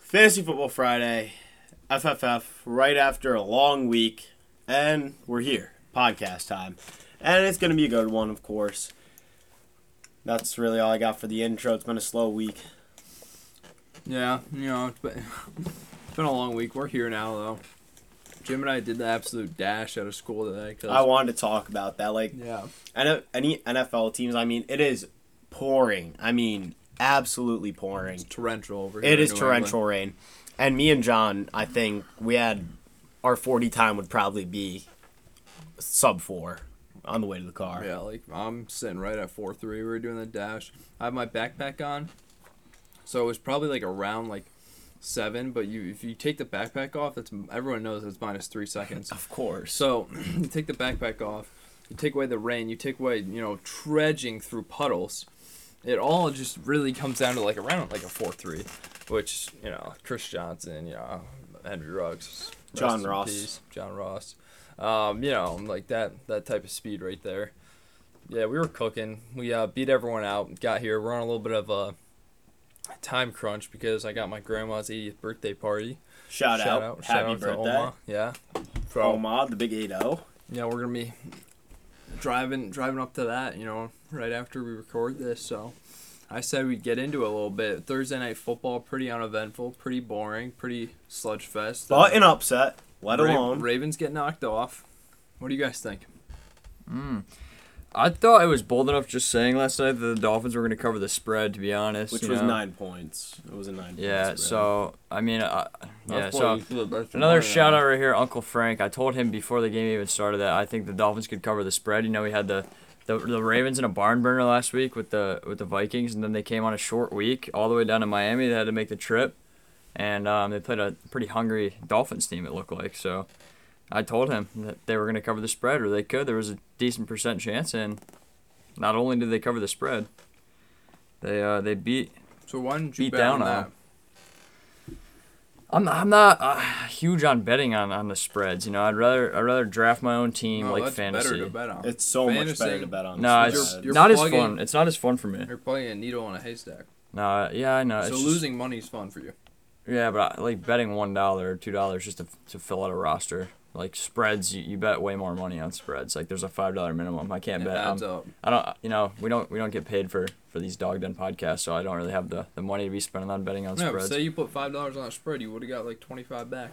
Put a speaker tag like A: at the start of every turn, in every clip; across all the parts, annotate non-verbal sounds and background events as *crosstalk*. A: Fantasy Football Friday, FFF, right after a long week, and we're here, podcast time. And it's going to be a good one, of course. That's really all I got for the intro. It's been a slow week.
B: Yeah, you know, it's been, *laughs* it's been a long week. We're here now, though. Jim and I did the absolute dash out of school today. 'cause-
A: I wanted to talk about that. Like,
B: yeah,
A: I know any NFL teams, I mean, it is pouring. I mean, absolutely pouring.
B: it's torrential over here.
A: It
B: in
A: is
B: New
A: torrential rain. And me and John, I think we had our 40 time would probably be sub four on the way to the car.
B: England. Yeah, like I'm sitting right at four three. We were doing the dash. I have my backpack on, so it was probably like around like seven. But you, if you take the backpack off, that's everyone knows that's minus three seconds.
A: Of course.
B: So *clears throat* you take the backpack off, you take away the rain, you take away, you know, trudging through puddles. It all just really comes down to like around like a four three, which you know Chris Johnson, you know Henry Ruggs, rest
A: John
B: in
A: Ross.
B: peace, John Ross, um, you know like that that type of speed right there. Yeah, we were cooking. We uh, beat everyone out. Got here. We're on a little bit of a time crunch because I got my grandma's 80th birthday party.
A: Shout, out. Happy
B: to
A: birthday.
B: Omaha. Yeah.
A: From Omaha, the big 8 0.
B: yeah, we're gonna be driving driving up to that, you know, right after we record this. So I said we'd get into it a little bit. Thursday night football, pretty uneventful, pretty boring, pretty sludge fest.
A: But an upset, let
B: Ra-
A: alone.
B: Ravens get knocked off. What do you guys think?
C: I thought I was bold enough just saying last night that the Dolphins were going to cover the spread. To be honest,
A: which
C: you
A: was
C: know?
A: nine points. It was a nine.
C: Yeah.
A: point spread.
C: So I mean, I, yeah.
B: That's
C: So
B: what you- that's
C: another
B: mine,
C: shout
B: uh,
C: out right here, Uncle Frank. I told him before the game even started that I think the Dolphins could cover the spread. You know, we had the. The, the Ravens in a barn burner last week with the with the Vikings, and then they came on a short week all the way down to Miami. They had to make the trip, and um, they played a pretty hungry Dolphins team. It looked like so. I told him that they were going to cover the spread, or they could. There was a decent percent chance, and not only did they cover the spread, they uh, they beat
B: So why didn't you
C: beat
B: bet on
C: down on
B: that?
C: them. I'm not, I'm not uh, huge on betting on, on the spreads. You know, I'd rather I'd rather draft my own team
B: No,
C: like
B: that's better to
C: fantasy.
B: bet on.
A: it's so much
B: Fantasy-
A: better to bet on.
C: No,
A: the
C: it's
A: spread.
B: You're-
C: not as
B: plugging-
C: fun. It's not as fun for me.
B: You're playing a needle on a haystack.
C: No, yeah, I know.
B: so
C: it's just-
B: losing money is fun for you.
C: Yeah, but I, like betting one dollar or two dollars just to to fill out a roster. Like spreads, you, you bet way more money on spreads. Like there's a five dollar minimum. I can't
B: It
C: bet.
B: adds
C: I'm-
B: up.
C: I don't. You know, we don't we don't get paid for for these dog den podcasts, so I don't really have the the money to be spending on betting on
B: No, but
C: spreads.
B: say you put five dollars on a spread, you would have got like twenty five back.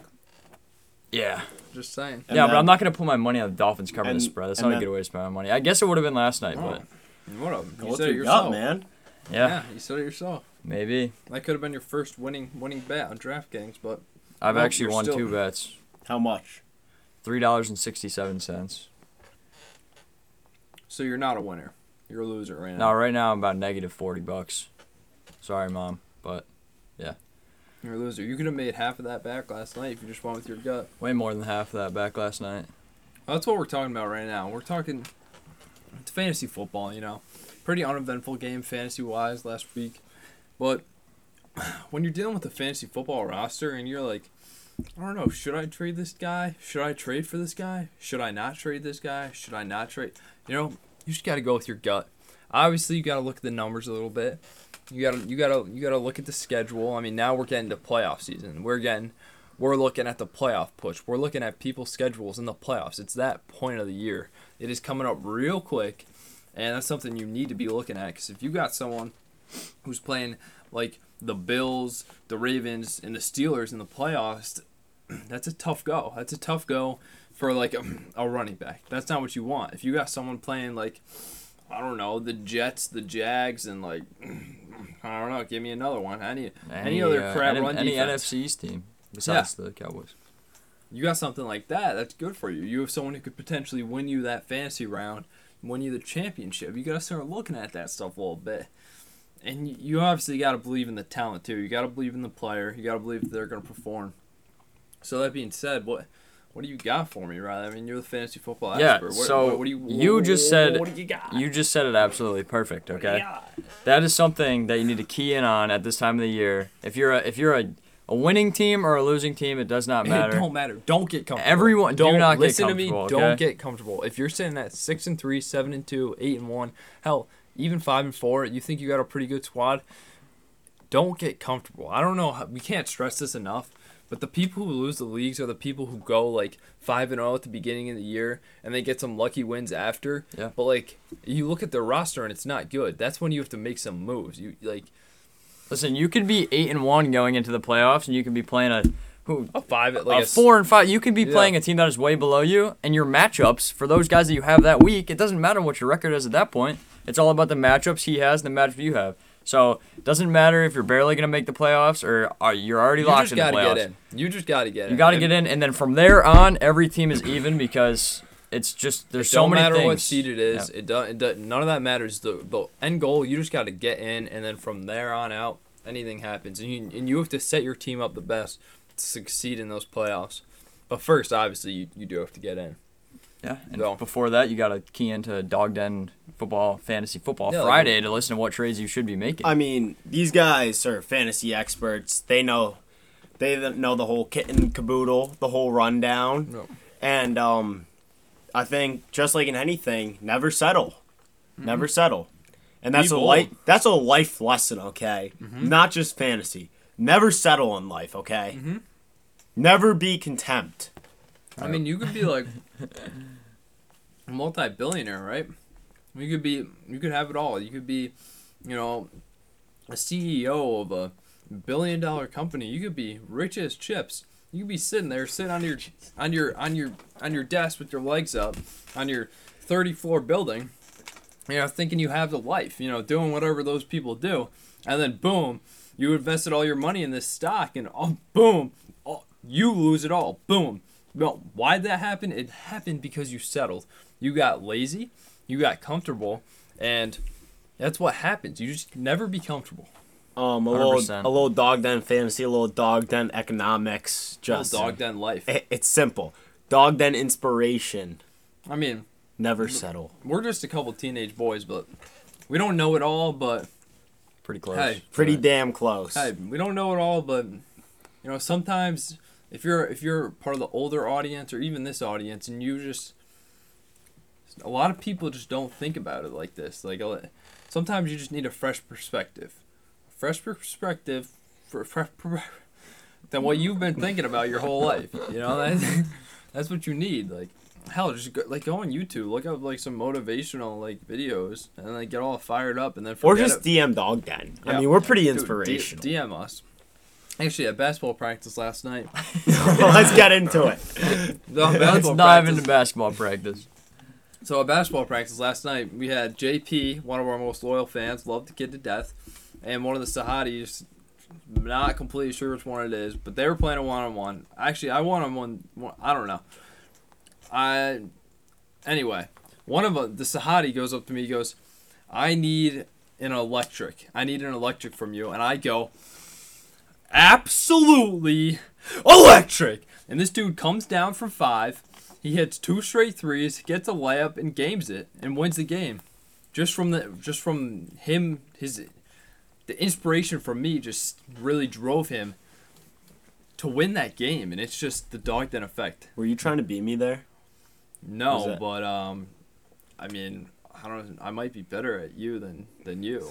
C: yeah.
B: Just saying.
A: And
C: yeah, but
A: then-
C: I'm not gonna put my money on the Dolphins covering
A: and-
C: the spread. That's
A: and
C: not a
A: then-
C: good way to spend my money. I guess it would have been last night,
B: Oh,
C: but
B: What up?
A: Go
B: You
A: with
B: said it
A: your
B: yourself,
A: gut, man.
C: yeah,
B: Yeah, you said it yourself.
C: maybe.
B: That could have been your first winning winning bet on DraftKings, but
C: I've
B: Well,
C: actually
B: you're
C: won
B: still-
C: two bets,
A: How much?
C: three dollars and sixty-seven cents.
B: so you're not a winner. You're a loser right now.
C: Now right now I'm about negative forty bucks. Sorry, mom, but
B: You're a loser. You could have made half of that back last night if you just went with your gut.
C: way more than half of that back last night.
B: That's what we're talking about right now. We're talking it's fantasy football, you know. Pretty uneventful game fantasy wise last week. But *sighs* when you're dealing with a fantasy football roster and you're like, I don't know, should I trade this guy? Should I trade for this guy? Should I not trade this guy? Should I not trade? You know, you just got to go with your gut. Obviously, you got to look at the numbers a little bit. You got to you got to you got to look at the schedule. I mean, now we're getting to playoff season. We're getting we're looking at the playoff push. We're looking at people's schedules in the playoffs. It's that point of the year. It is coming up real quick, and that's something you need to be looking at because if you got someone who's playing like the Bills, the Ravens, and the Steelers in the playoffs, *clears throat* that's a tough go. That's a tough go for like *clears throat* a, a running back. That's not what you want. If you got someone playing like I don't know the Jets, the Jags, and like *clears throat* I don't know, give me another one. Any any, other
C: uh,
B: crap
C: any,
B: run
C: any
B: defense.
C: NFC East team besides the Cowboys.
B: You got something like that, that's good for you. You have someone who could potentially win you that fantasy round, win you the championship. You got to start looking at that stuff a little bit. And you- you obviously got to believe in the talent, too. You got to believe in the player. You got to believe that they're going to perform. So, that being said, what what do you got for me, Riley? I mean, you're the fantasy football
C: Yeah,
B: expert. What,
C: so
B: what, what do you,
C: you just said-
B: What do you got?
C: You just said it absolutely perfect.
B: What do you
C: Okay.
B: got?
C: That is something that you need to key in on at this time of the year. If you're a if you're a, a winning team or a losing team, it does not
B: It *laughs*
C: matter.
B: don't matter. Don't get comfortable.
C: Everyone- do
B: don't
C: not get
B: listen
C: comfortable,
B: to me. Don't
C: okay?
B: get comfortable. If you're sitting at six and three, seven and two, eight and one, hell, even five and four, you think you got a pretty good squad. don't get comfortable. I don't know. How, we can't stress this enough. But the people who lose the leagues are the people who go like five and zero at the beginning of the year, and they get some lucky wins after.
C: Yeah.
B: But like, you look at their roster and it's not good. That's when you have to make some moves. You like
C: Listen, you could be eight and one going into the playoffs, and you could be playing a who
B: a five, like
C: a,
B: s-
C: four and five. You could be
B: Yeah.
C: playing a team that is way below you, and your matchups for those guys that you have that week. It doesn't matter what your record is at that point. It's all about the matchups he has and the matchup you have. So it doesn't matter if you're barely gonna make the playoffs or are, you're already
B: You
C: locked
B: just
C: in the
B: gotta
C: playoffs.
B: get in. You just gotta get in.
C: You gotta
B: And
C: get in, and then from there on, every team is even because it's just there's so
B: don't
C: many
B: matter
C: things.
B: what seed it is.
C: Yeah.
B: It, do, it do, none of that matters. The, the end goal, you just got to get in, and then from there on out, anything happens. And you and you have to set your team up the best to succeed in those playoffs. But first, obviously, you, you do have to get in.
C: Yeah, and
B: So-
C: before that, you got to key into Dog Den Football Fantasy Football
B: Yeah, like-
C: Friday to listen to what trades you should be making.
A: I mean, these guys are fantasy experts. They know, they th- know the whole kit and caboodle, the whole rundown.
B: No.
A: And um, I think just like in anything, never settle, never settle, and that's
B: Mm-hmm.
A: a
B: Be bold. Mm-hmm.
A: life. That's a life lesson, okay? Not just fantasy. Never settle in life, okay?
B: Mm-hmm.
A: Never be contempt.
B: I mean, you could be like a multi-billionaire, right? You could be, you could have it all. You could be, you know, a CEO of a billion-dollar company. You could be rich as chips. You could be sitting there, sitting on your, on your, on your, on your desk with your legs up, on your 30-floor building. You know, thinking you have the life. You know, doing whatever those people do, and then boom, you invested all your money in this stock, and oh, boom, oh, you lose it all. Boom. Well, why'd that happen? It happened because you settled. You got lazy, you got comfortable, and that's what happens. You just never be comfortable.
A: Um, a
C: 100%.
A: little, a little dog den fantasy, a little dog den economics.
B: Little
A: Just
B: dog den life.
A: It, it's simple. Dog den inspiration.
B: I mean,
A: Never settle.
B: we're just a couple teenage boys, but we don't know it all. But
C: Pretty close.
B: Hey.
A: Pretty damn close.
B: hey, we don't know it all. But you know, sometimes if you're if you're part of the older audience or even this audience, and you just a lot of people just don't think about it like this. Like a- sometimes you just need a fresh perspective, fresh perspective for, *laughs* for, for- than what you've been thinking about your whole life. You know that's, *laughs* that's what you need. Like hell, just go, like go on YouTube, look up like some motivational like videos, and like get all fired up, and then
A: or
B: forget
A: just
B: it.
A: DM Dog Den. I
B: Yeah.
A: mean, we're pretty
B: Dude, D-
A: inspirational.
B: DM us. Actually, at basketball practice last night. *laughs*
A: *laughs* Let's get into it.
B: No,
C: *laughs* Let's
B: basketball
C: dive
B: practice-
C: into basketball practice.
B: So at basketball practice last night, we had JP, one of our most loyal fans, loved the kid to death, and one of the Sahadis. Not completely sure which one it is, but they were playing a one on one. Actually, I won on one. one- I don't know. I anyway, one of 'em- the Sahadi goes up to me. He goes, "I need an electric. I need an electric from you." And I go, "Absolutely electric!" And this dude comes down from five. He hits two straight threes, gets a layup, and games it, and wins the game. Just from the just from him, his the inspiration from me just really drove him to win that game, and it's just the Dogden effect.
A: Were you trying to beat me there? Who's
B: No,
A: that?
B: but um, I mean, I don't. I might be better at you than than you.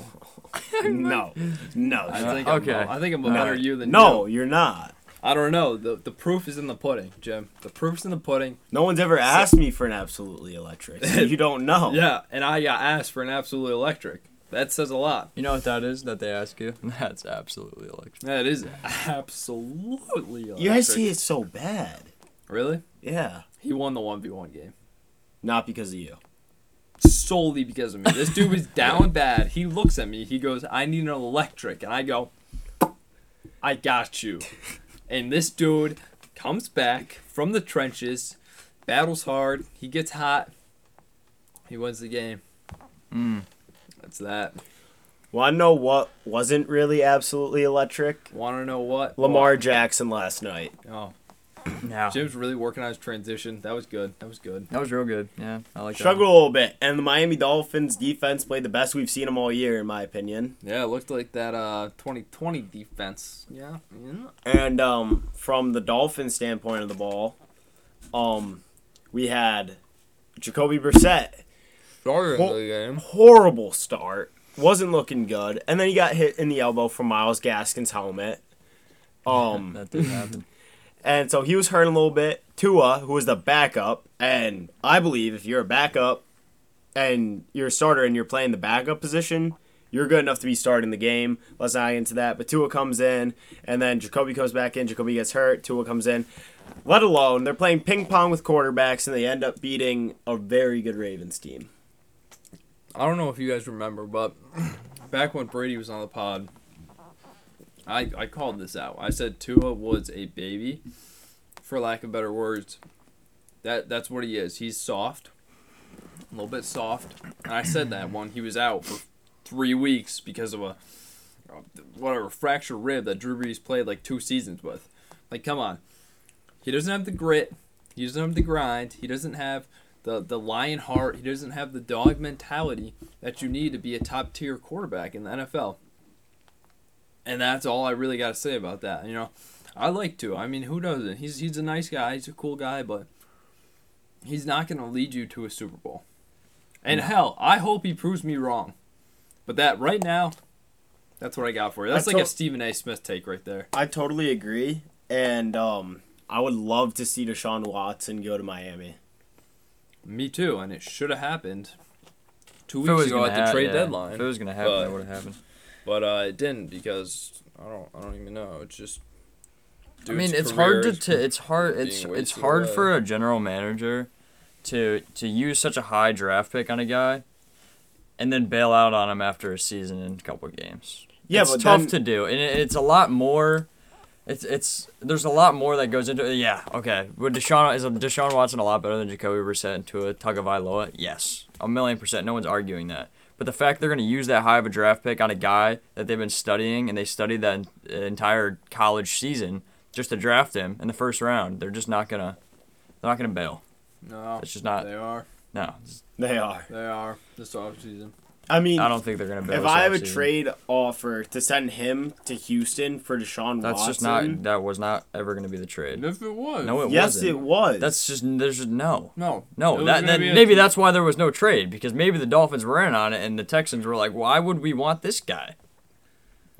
A: No. No.
B: I
A: no.
B: think
C: okay.
B: I'm, I think I'm a
A: No.
B: better you than
A: Uh, No,
B: you.
A: you're not.
B: I don't know. The the proof is in the pudding, Jim. The proof's in the pudding.
A: No one's ever asked me for an absolutely electric. So
B: *laughs*
A: you don't know.
B: Yeah, and I got asked for an absolute electric. That says a lot.
C: You know what that is that they
B: *laughs*
C: ask you? That's absolutely electric.
B: That is absolutely electric.
A: You guys see it's so bad.
B: Really?
A: Yeah.
B: He won the one v one game
A: Not because of you.
B: solely because of me. This dude
A: *laughs*
B: was down bad. He looks at me. He goes, "I need an electric," and I go, "I got you." And this dude comes back from the trenches, battles hard. He gets hot. He wins the game.
A: Hmm.
C: Mm.
B: That's that.
A: Want to know what wasn't really absolutely electric?
B: Want to know what?
A: Lamar Jackson last night.
B: Oh,
C: Yeah.
B: Jim's really working on his transition. That was good. That was good.
C: That was real good. Yeah, I like
A: Struggled a little bit, and the Miami Dolphins defense played the best we've seen them all year, in my opinion.
B: Yeah, it looked like that uh 2020 defense. Yeah. yeah.
A: And um, from the Dolphin standpoint of the ball, um, we had Jacoby Brissett.
B: Started
A: Well-
B: the game.
A: Horrible start. wasn't looking good, and then he got hit in the elbow from Miles Gaskin's helmet. Um,
C: *laughs* That
B: *laughs*
C: did happen.
A: and so he was hurting a little bit. Tua, who was the backup, and I believe if you're a backup and you're a starter and you're playing the backup position, you're good enough to be starting the game. Let's not get into that. But Tua comes in, and then Jacoby comes back in. Jacoby gets hurt. Tua comes in. Let alone they're playing ping pong with quarterbacks, and they end up beating a very good Ravens team.
B: I don't know if you guys remember, but *clears throat* back when Brady was on the pod, I I called this out. I said Tua was a baby, for lack of better words. That that's what he is. He's soft, a little bit soft. And I said that when he was out for three weeks because of a whatever fractured rib that Drew Brees played like two seasons with. Like, come on, he doesn't have the grit. He doesn't have the grind. He doesn't have the the lion heart. He doesn't have the dog mentality that you need to be a top tier quarterback in the NFL. And that's all I really got to say about that. You know, I like to. I mean, who doesn't? He's he's a nice guy. He's a cool guy, but he's not going to lead you to a Super Bowl. And hell, I hope he proves me wrong. But that right now, that's what I got for you. That's
A: I
B: like a
A: tot-
B: Stephen A. Smith take right there.
A: I totally agree, and um, I would love to see Deshaun Watson go to Miami.
B: Me too, and it should have happened two
C: If it
B: weeks
C: was
B: ago
C: gonna
B: at the
C: hap-
B: trade
C: yeah,
B: deadline.
C: If it was gonna happen,
B: but-
C: that would have happened.
B: but uh, it didn't because I don't I don't even know. It's just.
C: I mean,
B: dude's
C: it's hard to
B: career
C: t- it's hard it's
B: being way
C: it's
B: too
C: hard
B: low.
C: for a general manager to to use such a high draft pick on a guy and then bail out on him after a season and a couple of games.
A: Yeah,
C: it's
A: but
C: tough
A: then-
C: to do, and it, it's a lot more. It's it's there's a lot more that goes into it. Yeah, okay. Would Deshaun is Deshaun Watson a lot better than Jacoby Brissett and Tua Tagovailoa? Yes, a million percent. No one's arguing that. But the fact they're going to use that high of a draft pick on a guy that they've been studying and they studied that en- entire college season just to draft him in the first round, they're just not gonna they're not gonna bail.
B: *laughs* No,
C: It's just not-
B: They are.
C: No,
A: They are.
B: They are this offseason.
A: I mean,
C: I don't think they're gonna bail.
A: if
C: this
A: I have a
C: offseason.
A: trade offer to send him to Houston for Deshaun
C: that's
A: Watson,
C: just not that was not ever going to be the trade.
B: And if it was,
C: No, it
A: yes,
C: wasn't.
A: it was.
C: That's just there's just no.
B: no, It
C: No,
B: was
C: that,
B: gonna
C: that
B: be a-
C: maybe that's why there was no trade because maybe the Dolphins were in on it and the Texans were like, why would we want this guy?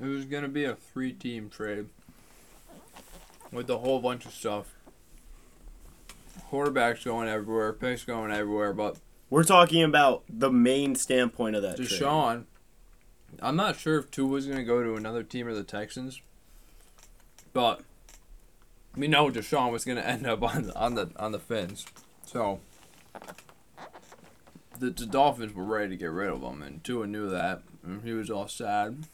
B: It was gonna be a three-team trade with a whole bunch of stuff. Quarterbacks going everywhere, picks going everywhere, but
A: We're talking about the main standpoint of that trade.
B: Deshaun. I'm not sure if Tua's gonna go to another team or the Texans, but we know Deshaun was gonna end up on the on the on the fins. So the, the Dolphins were ready to get rid of him, and Tua knew that, and he was all sad.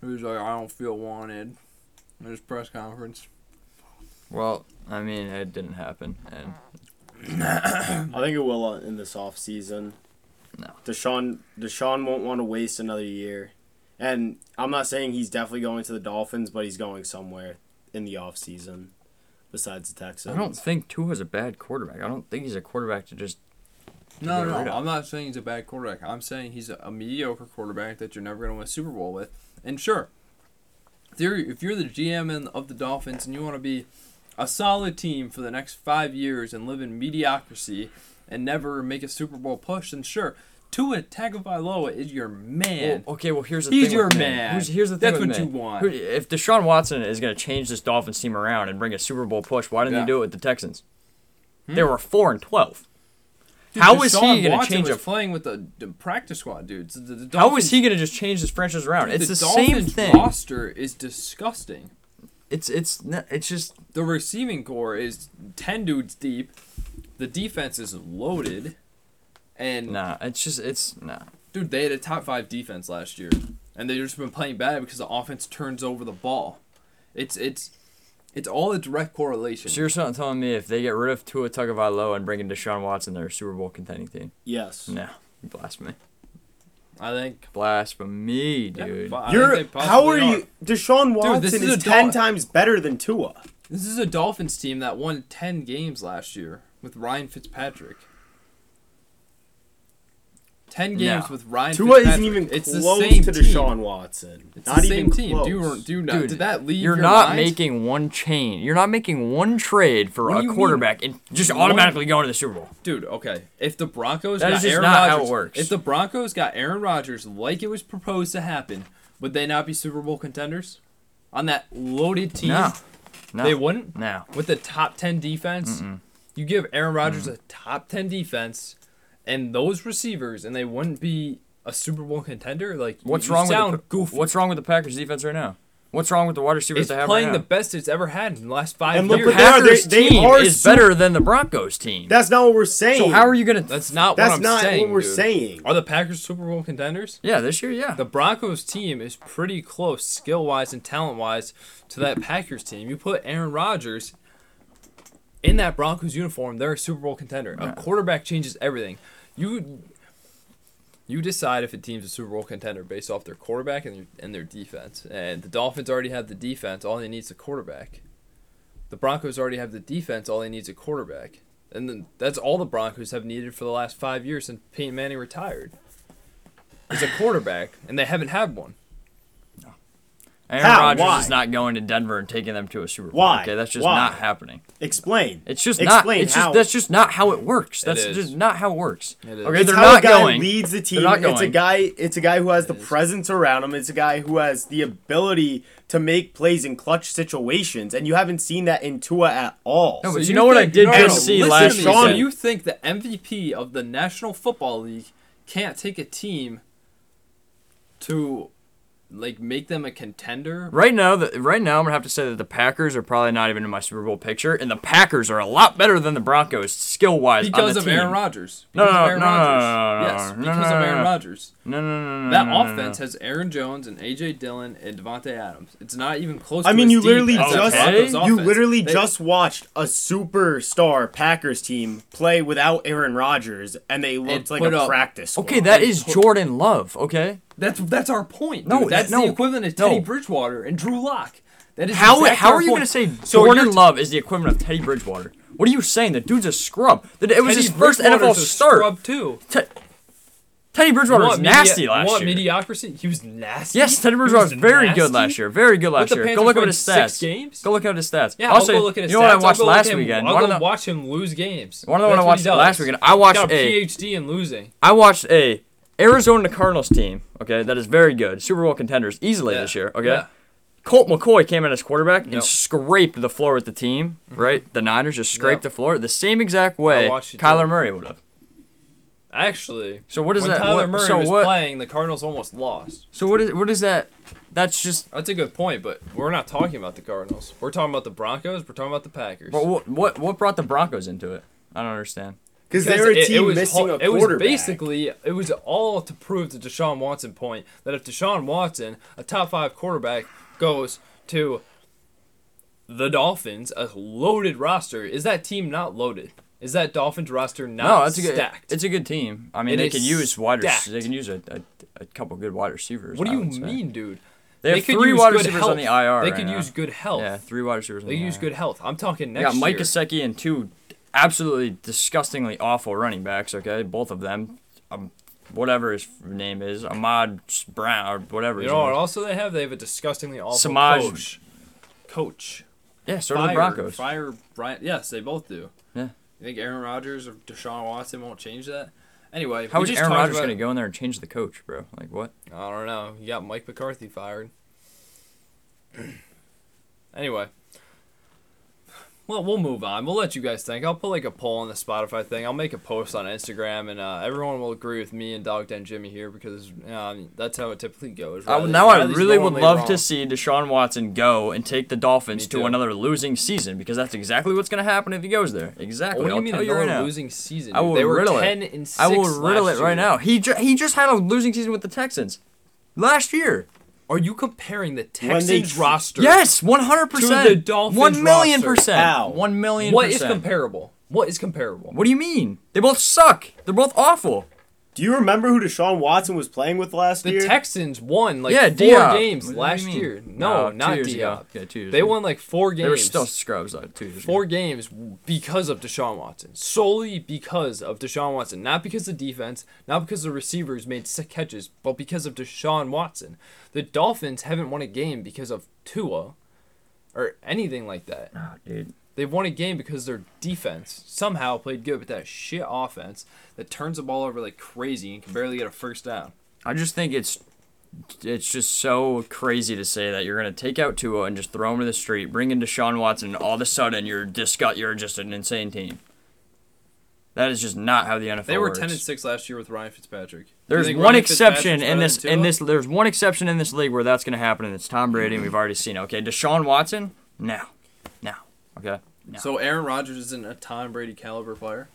B: He was like, "I don't feel wanted." In his press conference,
C: Well, I mean, it didn't happen. And
A: I think it will uh, in this offseason.
C: No.
A: Deshaun Deshaun won't want to waste another year. And I'm not saying he's definitely going to the Dolphins, but he's going somewhere in the offseason besides the Texans.
C: I don't think Tua's a bad quarterback. I don't think he's a quarterback to just
B: no,
C: Get
B: no,
C: rid of
B: I'm not saying he's a bad quarterback. I'm saying he's a, a mediocre quarterback that you're never going to win a Super Bowl with. And sure, theory, if you're the GM and- of the Dolphins and you want to be a solid team for the next five years and live in mediocrity and never make a Super Bowl push, then sure, Tua Tagovailoa is your man.
C: Well, "Oh, okay, well here's the
B: He's
C: thing.
B: your
C: with Mims.
B: man.
C: Here's, here's the thing.
B: That's
C: with
B: what you
C: Mims.
B: want.
C: Who- If Deshaun Watson is going to change this Dolphins team around and bring a Super Bowl push, why didn't
B: Yeah. Hmm.
C: they do it with the Texans? They were four and twelve.
B: Dude,
C: How is he
B: Deshaun
C: gonna
B: Watson
C: change
B: was
C: a-
B: playing with the, the practice squad dudes? The, the
C: How is
B: Dolphins-
C: he going to just change this franchise around? It's the, same
B: Dolphins
C: thing.
B: roster is disgusting.
C: It's it's n- it's just
B: The receiving core is ten dudes deep. The defense is loaded, and
C: nah. It's just it's nah.
B: dude, they had a top five defense last year, and they've just been playing bad because the offense turns over the ball. It's it's it's all a direct correlation.
C: So you're not telling me if they get rid of Tua Tagovailoa and bring in Deshaun Watson, they're a Super Bowl contending team?
A: Yes.
C: No, blasphemy,
B: I think.
C: blasphemy, dude.
B: but I think
A: You're,
B: they
A: how are
B: possibly
A: you? Deshaun Watson
B: this
A: is,
B: is a
A: ten
B: Dol-
A: times better than Tua.
B: This is a Dolphins team that won ten games last year with Ryan Fitzpatrick. ten games
C: No.
B: with Ryan.
A: Tua isn't
B: Fitzpatrick.
A: even
B: it's
A: close
B: the same
A: to
B: team.
A: Deshaun Watson.
B: It's
A: not
B: the same
A: even
B: team.
A: close.
B: Do you, do you not,
C: Dude,
B: did that leave
C: You're
B: your
C: not
B: mind?
C: making one chain. You're not making one trade for
B: What do you
C: a
B: mean?
C: quarterback and just
B: One-
C: automatically going to the Super Bowl.
B: Dude, okay. If the Broncos
C: That
B: got
C: is just
B: Aaron
C: not how it
B: Rodgers,
C: works.
B: if the Broncos got Aaron Rodgers like it was proposed to happen, would they not be Super Bowl contenders? On that loaded team,
C: No. No.
B: they wouldn't.
C: No.
B: With the top ten defense, you give Aaron Rodgers a top ten defense and those receivers, and they wouldn't be a Super Bowl contender. Like you-
C: What's
B: you
C: wrong
B: sound
C: with the,
B: goofy.
C: What's wrong with the Packers defense right now? What's wrong with the wide receivers
B: it's
C: they have
B: playing
C: right
B: the
C: now?
B: best it's ever had in the last five
A: And look
B: years.
A: what they are.
C: Packers
A: They- they
C: team
A: are
C: is
A: su-
C: better than the Broncos team.
A: That's not what we're saying.
C: so how are you gonna?
B: That's not
A: That's
B: what I'm
A: not
B: saying.
A: what we're
B: dude.
A: saying.
B: Are the Packers Super Bowl contenders?
C: yeah, this year, yeah.
B: The Broncos team is pretty close skill wise and talent wise to that Packers team. You put Aaron Rodgers in that Broncos uniform, they're a Super Bowl contender. A quarterback changes everything. You you decide if a team's a Super Bowl contender based off their quarterback and their, and their defense. And the Dolphins already have the defense. All they need is a quarterback. The Broncos already have the defense. All they need is a quarterback. And then that's all the Broncos have needed for the last five years since Peyton Manning retired. Is a quarterback, and they haven't had one.
C: Aaron
A: How?
C: Rodgers
A: Why?
C: is not going to Denver and taking them to a Super Bowl.
A: Why?
C: Okay, that's just
A: Why?
C: not happening.
A: Explain.
C: It's just
A: Explain
C: not. It's
A: how.
C: just that's just not how it works. That's
B: is.
C: just not how it works.
B: It is.
C: Okay,
A: It's
C: they're
A: how a
C: not
A: guy
C: going.
A: leads the team.
C: They're not
A: It's a
C: going.
A: guy. It's a guy who has the
B: is.
A: presence around him. It's a guy who has the ability to make plays in clutch situations, and you haven't seen that in Tua at all.
C: No, but you know what I did
B: no,
A: just
B: no,
A: see
B: listen
A: last
B: to me. So
A: season?
B: you think the MVP of the National Football League can't take a team to like make them a contender?
C: Right now, the, right now, I'm gonna have to say that the Packers are probably not even in my Super Bowl picture, and the Packers are a lot better than the Broncos skill wise.
B: Because
C: on the
B: of
C: team.
B: Aaron Rodgers.
C: No,
B: Because
C: no,
B: of Aaron
C: no, no,
B: Rodgers.
C: no, no, no,
B: Yes,
C: no, no,
B: because
C: no,
B: of
C: no,
B: Aaron
C: no.
B: Rodgers.
C: No, no, no, no.
B: That
C: no, no, no.
B: offense has Aaron Jones and AJ Dillon and Devontae Adams. It's not even close.
A: I
B: to
A: mean,
B: as
A: you
B: deep
A: literally
B: as that
A: just
B: Broncos
A: you
B: offense.
A: literally
B: They-
A: just watched a superstar Packers team play without Aaron Rodgers, and they looked like
B: put
A: a
B: up-
A: practice. Squad.
C: Okay, that
B: They
C: is
B: put-
C: Jordan Love. Okay,
B: That's that's our point.
C: No,
B: dude. that's
C: no,
B: the equivalent of
C: no.
B: Teddy Bridgewater and Drew Lock. That is
C: how
B: exactly
C: how
B: our
C: are you
B: point.
C: gonna say
B: So
C: Jordan
B: you're-
C: Love is the equivalent of Teddy Bridgewater? What are you saying? The dude's a scrub. That it was
B: Teddy
C: his first NFL
B: Bridgewater's a
C: start.
B: Scrub too.
C: Te- Teddy Bridgewater
B: You
C: was
B: want media-
C: nasty
B: you
C: last
B: want
C: year.
B: mediocrity? He was nasty.
C: Yes, Teddy
B: He
C: Bridgewater was very
B: nasty?
C: good last year. Very good last
B: the
C: year. Go
B: Panthers
C: look up
B: win
C: at his stats.
B: six games?
C: Go look up at his stats.
B: Yeah,
C: also,
B: I'll go look at his
C: you know what
B: stats.
C: I
B: I'll
C: watched
B: go look
C: last
B: at him-
C: weekend?
B: I'll
C: One
B: go
C: of the-
B: watch him lose games.
C: One of the one
B: That's
C: I
B: what
C: watched
B: he does.
C: last weekend, I watched
B: Got a
C: a-
B: PhD in losing.
C: I watched a Arizona Cardinals team. Okay, that is very good. Super Bowl contenders easily this year. Okay,
B: Yeah.
C: Colt McCoy came in as quarterback and
B: Yep. Mm-hmm.
C: scraped the floor with the team. Right, the Niners just scraped
B: Yep.
C: the floor the same exact way
B: I watched it, too.
C: Kyler Murray would have.
B: Actually,
C: So what is
B: when
C: that-
B: Kyler
C: what-
B: Murray
C: so
B: was
C: what-
B: playing, the Cardinals almost lost.
C: So what is what is that? That's just
B: That's a good point, but we're not talking about the Cardinals. We're talking about the Broncos. We're talking about the Packers.
C: but what what what brought the Broncos into it? I don't understand.
A: because
B: Because
A: they're a
B: it-
A: team
B: it was
A: missing
B: ho-
A: a
B: it was
A: quarterback.
B: basically it was all to prove the Deshaun Watson point that if Deshaun Watson, a top five quarterback, goes to the Dolphins, a loaded roster, is that team not loaded? Is that Dolphins roster not
C: No, that's a good.
B: stacked?
C: It's a good team. I mean,
B: It
C: they
B: is
C: can use wide. rec-
B: stacked.
C: They can use a, a, a couple good wide receivers.
B: what do
C: I
B: you
C: would say.
B: mean, dude?
C: They have
B: could
C: three
B: use
C: wide
B: good
C: receivers on the
B: health.
C: IR
B: They
C: right
B: could
C: now.
B: use good health.
C: Yeah, three wide receivers. on
B: They
C: the
B: use
C: IR.
B: good health. I'm talking
C: They
B: next
C: got Mike
B: year.
C: Gesicki and two absolutely disgustingly awful running backs. Okay, both of them. Um, whatever his name is, Ahmad Brown or whatever.
B: You
C: his
B: know
C: name
B: what?
C: is.
B: Also, they have they have a disgustingly awful
C: Samaj-
B: coach. Coach.
C: Yeah, so do the Broncos.
B: Fire Brian. Yes, they both do.
C: Yeah.
B: You think Aaron Rodgers or Deshaun Watson won't change that? Anyway,
C: How
B: we
C: is
B: just
C: Aaron
B: talked
C: Rodgers
B: about-
C: going to go in there and change the coach, bro? Like what?
B: I don't know. You got Mike McCarthy fired. *clears throat* anyway. Well, we'll move on. We'll let you guys think. I'll put like a poll on the Spotify thing. I'll make a post on Instagram, and uh, everyone will agree with me and Dog Den Jimmy here because um, that's how it typically goes.
C: I,
B: Riley-
C: now I
B: Riley's
C: really would
B: normally
C: love
B: wrong.
C: to see Deshaun Watson go and take the Dolphins
B: Me
C: to
B: too.
C: another losing season because that's exactly what's going to happen if he goes there. Exactly.
B: What do you
C: I'll
B: mean
C: tell you
B: another
C: right now.
B: losing season?
C: I
B: dude?
C: will
B: they were
C: riddle it.
B: ten and six.
C: I will riddle
B: last
C: it right
B: year.
C: now. He ju- he just had a losing season with the Texans last year.
B: Are you comparing the
A: When they
B: Texans
A: tr-
B: roster?
C: Yes, one hundred percent.
B: To the Dolphins
C: One million
B: roster.
C: percent.
A: How?
C: One million
B: What is
C: percent.
B: comparable? What is comparable?
C: what do you mean? They both suck. They're both awful.
A: Do you remember who Deshaun Watson was playing with last
B: The
A: year?
B: Texans won like
C: yeah,
B: four
C: Diop.
B: games
C: What do you
B: last
C: mean?
B: year. No,
C: two
B: not
C: years
B: Diop.
C: ago. Yeah, two years
B: They
C: ago.
B: won like four games.
C: They were still scrubs though, two years
B: four
C: ago.
B: games because of Deshaun Watson, solely because of Deshaun Watson, not because of the defense, not because the receivers made sick catches, but because of Deshaun Watson. The Dolphins haven't won a game because of Tua or anything like that.
C: Ah, dude.
B: They've won a game because their defense somehow played good with that shit offense that turns the ball over like crazy and can barely get a first down.
C: I just think it's it's just so crazy to say that you're gonna take out Tua and just throw him to the street, bring in Deshaun Watson, and all of a sudden you're discut you're just an insane team. That is just not how the NFL
B: They were
C: works.
B: ten and six last year with Ryan Fitzpatrick. Do you
C: There's
B: think
C: one
B: Ryan
C: exception
B: Fitzpatrick's
C: in
B: better
C: this
B: than
C: in
B: Tua?
C: this there's one exception in this league where that's gonna happen and it's Tom Brady and we've already seen it. Okay, Deshaun Watson? No. No. Okay. No.
B: So Aaron Rodgers isn't a Tom Brady caliber player.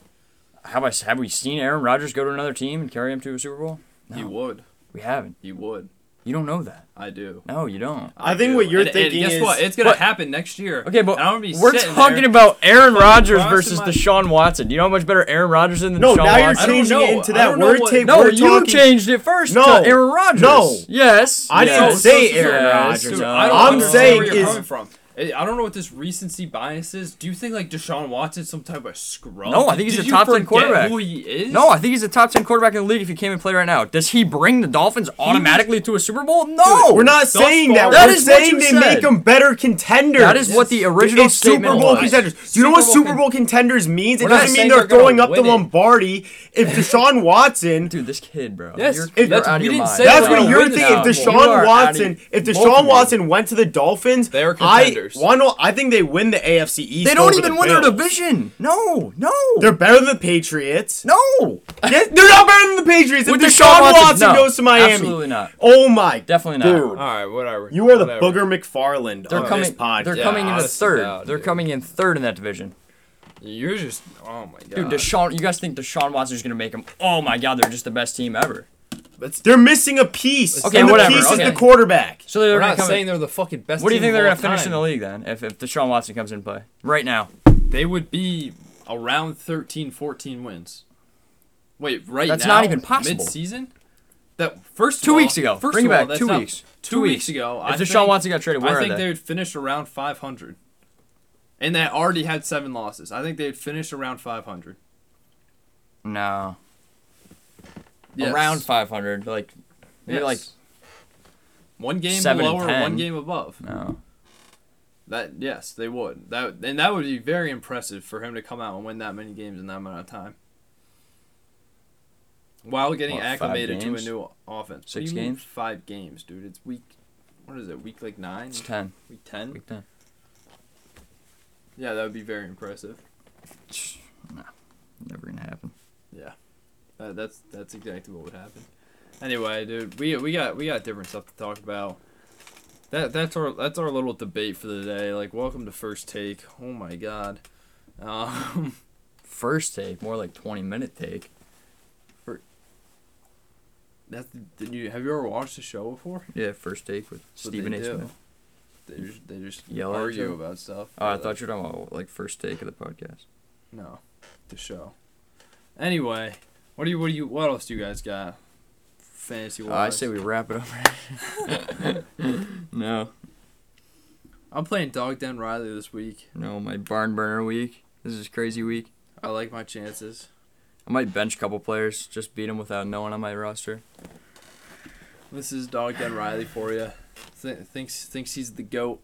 C: Have I have we seen Aaron Rodgers go to another team and carry him to a Super Bowl?
B: He
C: No.
B: would.
C: We haven't.
B: He would.
C: You don't know that.
B: I do.
C: No, you don't.
A: I think what
B: do.
A: you're
B: And- and
A: thinking
B: guess
A: is-
B: what? It's gonna
C: But-
B: happen next year.
C: Okay, but
B: And I'm gonna be
C: we're
B: sitting
C: talking
B: there-
C: about Aaron Rodgers
B: crossing
C: versus
B: my-
C: Deshaun Watson. Do you know how much better Aaron Rodgers is than
A: No,
C: Deshaun
A: now you're
B: I
C: Watson?
B: don't
A: changing
B: know.
A: it into
B: I
A: that
B: don't know
A: word
B: what-
A: tape.
C: No,
A: we're
C: you
A: talking-
C: changed it first
A: No,
C: to Aaron Rodgers.
A: no.
C: Yes.
A: I didn't
C: yes.
A: say Aaron
C: Yes.
A: Rodgers.
B: Dude,
C: No.
B: I don't
A: I'm
B: understand
A: saying
B: where you're
A: is-
B: coming from. Eh, I I don't know what this recency bias is. Do you think like Deshaun Watson's some type of scrub?
C: No, I think he's
B: Did
C: a
B: you
C: top 10
B: forget
C: quarterback.
B: Who he is?
C: No, I think he's the top ten quarterback in the league. If he came and played right now, does he bring the Dolphins automatically to a Super Bowl? No,
A: We're not
B: Thus
A: saying
B: far-
A: that.
B: That
A: We're
C: is what
A: saying
C: you
A: they
C: said.
A: make them better contenders.
C: That is what the original
A: it's
C: statement
A: Super Bowl
C: was.
A: contenders. Do you know what
B: Super Bowl
A: Super
B: con-
A: Bowl contenders means? It
B: We're not
A: doesn't mean
B: saying
A: they're
B: they're gonna
A: throwing up the
B: win it.
A: Lombardi. If Deshaun Watson,
C: dude, this kid, bro.
B: Yes,
C: you're,
B: if-
C: you're
B: that's-
C: out of
B: we
C: your
B: didn't
C: mind.
B: say
A: that's
B: they're
A: what
B: gonna
A: you're
B: win this
A: thinking. If
B: Super Bowl.
C: You are out
A: Deshaun
C: of-
A: Watson, if
C: both
A: Deshaun
C: of you.
A: Watson went to the Dolphins,
B: They are contenders.
A: I, Wano, I think they win the AFC East.
C: they don't
A: over
C: even
A: the
C: win their
A: Bills.
C: division. No, no,
A: *laughs* They're better than the Patriots.
C: no.
A: Yes, they're not better than the Patriots. If
C: With
A: Deshaun,
C: Deshaun Watson,
A: Watson
C: no.
A: goes to Miami,
C: Absolutely not.
A: Oh my,
C: Definitely not.
A: dude.
B: All right, whatever.
A: You are the
B: Whatever.
A: booger McFarland
B: Oh,
C: They're
A: of this
C: coming.
A: podcast.
C: They're
B: Yeah,
C: coming in
B: honest to
C: third.
B: God,
C: they're
B: dude.
C: coming in third in that division.
B: You're just. Oh my god.
C: Dude, Deshaun, you guys think Deshaun Watson's gonna make them? Oh my God, they're just the best team ever.
A: They're missing a piece.
C: Okay,
A: and the
C: whatever,
A: piece
C: okay.
A: is the quarterback.
C: So they're
B: We're
C: gonna
B: not
C: come.
B: saying
C: in-
B: they're the fucking best.
C: What do you
B: team
C: think
B: of
C: they're
B: all
C: gonna finish in
B: time?
C: the league then? If if Deshaun Watson comes in play right now,
B: They would be around 13, 14 wins. Wait, right
C: That's
B: now?
C: not even possible.
B: Mid-season? That first of
C: Two
B: all-
C: weeks ago.
B: First
C: Bring
B: of
C: it
B: all,
C: back.
B: that's
C: Two
B: not-
C: weeks.
B: Two,
C: Two
B: weeks.
C: weeks.
B: ago.
C: If
B: I
C: Deshaun
B: think-
C: Watson got traded, where
B: I
C: are
B: think
C: they?
B: would finish around 500. And they already had seven losses. I think they'd finish around 500.
C: no.
B: Yes.
C: around 500 like maybe
B: Yes.
C: like
B: one game
C: seven and
B: below or
C: 10.
B: one game above.
C: no
B: That yes, they would. That and that would be very impressive for him to come out and win that many games in that amount of time. While getting
C: What, five
B: acclimated to a
C: games?
B: new offense. What do
C: Six
B: you mean
C: games?
B: Five games, dude. It's week. What is it? Week like nine?
C: it's 10
B: Week ten?
C: week 10
B: Yeah, that would be very impressive.
C: never gonna happen
B: That, that's that's exactly what would happen. Anyway, dude, we we got we got different stuff to talk about. That that's our that's our little debate for the day. Like, welcome to first take. Oh my god. Um, *laughs*
C: first take more like 20 minute take
B: That's did you have you ever watched the show before?
C: yeah first take with
B: what
C: stephen
B: they
C: a
B: do.
C: smith
B: They just they just
C: Yell at
B: argue
C: you?
B: about stuff.
C: oh i
B: but,
C: thought you were talking about like first take of the podcast
B: no, the show. Anyway, what do you what do you what else do you guys got? Fantasy
C: Uh, i
B: wise,
C: say we wrap it up *laughs* no
B: *laughs* I'm playing Dog Den Riley this week.
C: no my barn burner week this is crazy week
B: I like my chances.
C: i might bench a couple players just beat them without no one on my roster
B: This is Dog Den Riley for you. Th- thinks thinks he's the goat.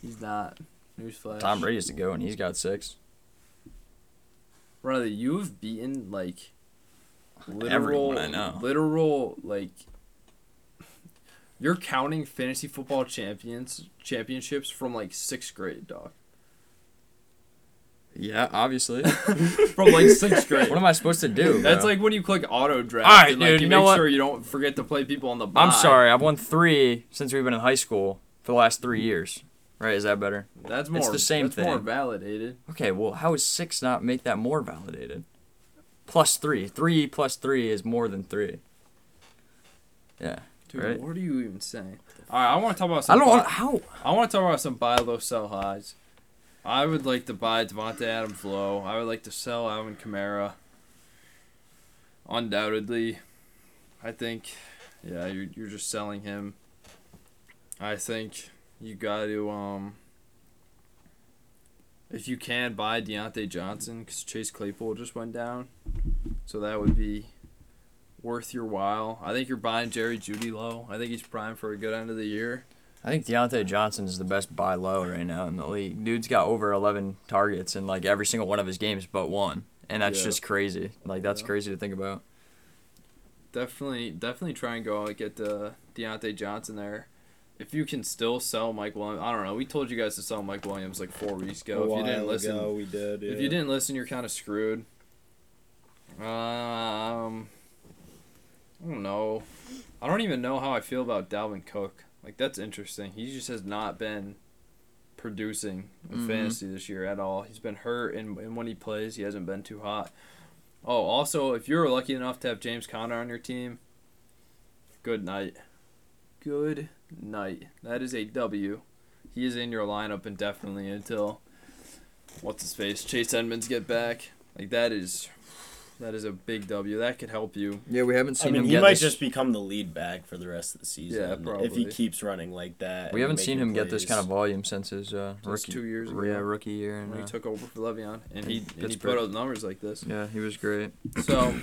B: He's not. Newsflash.
C: tom brady's the go and he's got six
B: Riley, you've beaten like literal,
C: Everyone I know.
B: Literal like you're counting fantasy football champions championships from like sixth grade, dog. *laughs*
C: yeah obviously
B: From like sixth grade.
C: what am i supposed to do
B: That's
C: bro?
B: like when you click auto draft.
C: All right,
B: and, like,
C: dude,
B: You,
C: you know
B: make
C: what?
B: sure you don't forget to play people on the. Bye.
C: i'm sorry i've won three since we've been in high school for the last three years right is that better
B: That's more.
C: the same
B: that's More
C: thing.
B: validated.
C: Okay, well, how is six not make that more validated? Plus three. Three plus three is more than three. Yeah.
B: Dude,
C: Right.
B: what are you even saying? All right, I want to talk about.
C: I
B: Some
C: don't
B: bi-
C: want how
B: I want to talk about some buy low, sell highs. I would like to buy Devonte Adams low. I would like to sell Alvin Kamara. undoubtedly, I think, yeah, you're, you're just selling him. I think you got to, um, if you can buy Deontay Johnson, because Chase Claypool just went down, so that would be worth your while. I think you're buying Jerry Judy low. I think he's primed for a good end of the year.
C: I think Deontay Johnson is the best buy low right now in the league. Dude's got over 11 targets in like every single one of his games but one, and that's
B: Yeah.
C: just crazy. Like that's
B: Yeah.
C: crazy to think about.
B: Definitely, definitely try and go out and get the Deontay Johnson there. If you can still sell Mike Williams, I don't know. We told you guys to sell Mike Williams like four weeks ago. if you didn't listen,
A: we did.
B: if you didn't listen, you're kind of screwed. Um, I don't know. I don't even know how I feel about Dalvin Cook. Like that's interesting. He just has not been producing in
C: Mhm.
B: fantasy this year at all. He's been hurt, and, and when he plays, he hasn't been too hot. Oh, also, if you're lucky enough to have James Conner on your team, good night. Good night. That is a W. He is in your lineup indefinitely until what's his face Chase Edmonds get back. Like that is that is a big W. That could help you.
C: Yeah, we haven't
A: I
C: seen
A: mean,
C: him
A: he
C: get
A: might
C: this,
A: just become the lead back for the rest of the season.
B: Yeah,
A: If he
B: probably.
A: keeps running like that.
C: We
A: and
C: haven't seen
A: making
C: him get this
A: plays.
C: kind of volume since his uh,
B: Since
C: rookie
B: two years ago.
C: Yeah, rookie year. And,
B: When he
C: uh,
B: took over for Le'Veon, and he
C: in
B: and he
C: Pittsburgh.
B: put up numbers like this.
C: yeah, he was great.
B: So,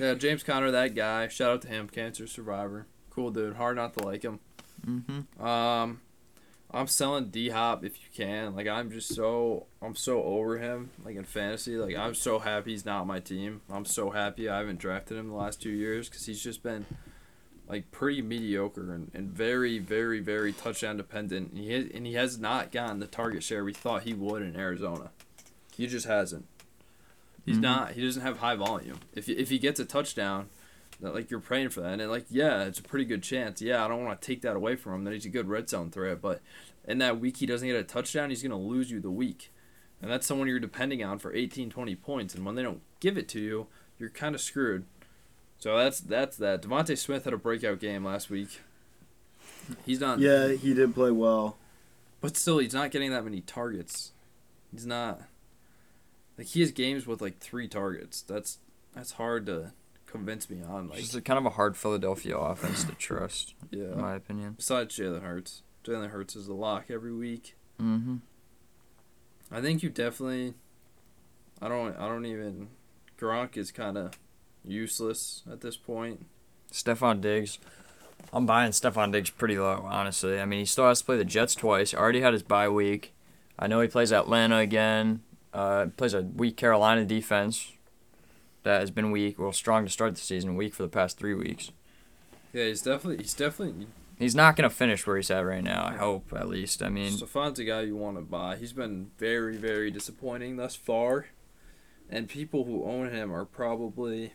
B: yeah, James Conner, that guy. Shout out to him, cancer survivor. Cool dude. Hard not to like him.
C: Mm-hmm.
B: Um, I'm selling D Hop if you can. Like I'm just so I'm so over him. Like in fantasy, like I'm so happy he's not my team. I'm so happy I haven't drafted him the last two years because he's just been like pretty mediocre and, and very very very touchdown dependent. And he has, and he has not gotten the target share we thought he would in Arizona. He just hasn't. He's
C: Mhm.
B: not. He doesn't have high volume. If he- if he gets a touchdown, that like you're praying for that and like yeah it's a pretty good chance yeah i don't want to take that away from him that he's a good red zone threat but in that week he doesn't get a touchdown he's going to lose you the week and that's someone you're depending on for 18 20 points and when they don't give it to you you're kind of screwed so that's that's that devonte smith had a breakout game last week he's not
A: Yeah, he did play well.
B: but still, he's not getting that many targets. He's not. Like he has games with like three targets. That's that's hard to convince me on. Like
C: just a, kind of a hard Philadelphia offense to trust, in
B: yeah.
C: my opinion.
B: Besides Jalen Hurts, Jalen Hurts is the lock every week.
C: Mm-hmm.
B: I think you definitely. I don't. I don't even. Gronk is kind of useless at this point.
C: Stefan Diggs. I'm buying Stefan Diggs pretty low, honestly. I mean, he still has to play the Jets twice. Already had his bye week. I know he plays Atlanta again. Uh, plays a weak Carolina defense that has been weak, well, strong to start the season, weak for the past three weeks.
B: Yeah, he's definitely. He's definitely.
C: He's not going to finish where he's at right now, I hope, at least. I mean,
B: Stefan's a guy you want to buy. He's been very, very disappointing thus far, and people who own him are probably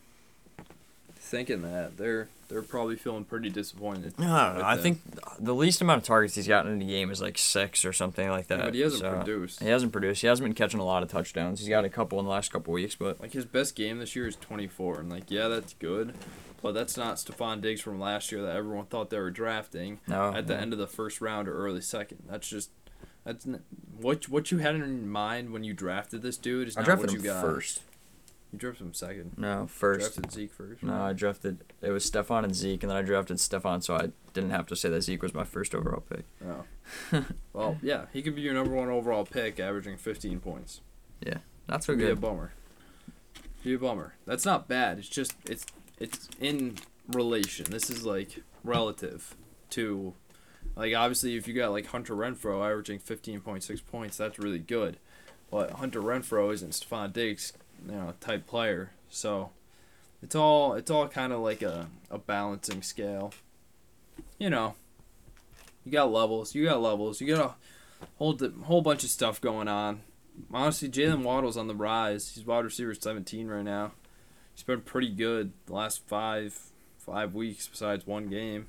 B: thinking that they're they're probably feeling pretty disappointed.
C: I, don't know.
B: with
C: I
B: him.
C: think uh, the least amount of targets he's gotten in the game is like six or something like that. uh,
B: but he hasn't
C: so-
B: produced.
C: He hasn't produced. He hasn't been catching a lot of touchdowns. He's got a couple in the last couple weeks, but
B: Like his best game this year is 24, and like yeah, that's good, but that's not Stephon Diggs from last year that everyone thought they were drafting
C: no.
B: at the end of the first round or early second. That's just that's n- what what you had in mind when you drafted this dude is
C: I
B: not
C: drafted
B: what
C: him
B: you got.
C: first.
B: You drafted him second.
C: No, first.
B: Drafted Zeke first.
C: No, I drafted. It was Stefan and Zeke, and then I drafted Stefan, so I didn't have to say that Zeke was my first overall pick.
B: Oh. well, yeah, he could be your number one overall pick, averaging 15 points.
C: Not so
B: It'd be a
C: good.
B: bummer. Be a bummer. That's not bad. It's just it's it's in relation. This is like relative to, like obviously if you got like Hunter Renfro averaging 15.6 points, that's really good. But Hunter Renfro isn't Stephon Diggs, you know, type player. So it's all it's all kind of like a a balancing scale. You know, you got levels. You got levels. You got a whole di- whole bunch of stuff going on. Honestly, Jalen Waddle's on the rise. He's wide receiver 17 right now. He's been pretty good the last five five weeks, besides one game.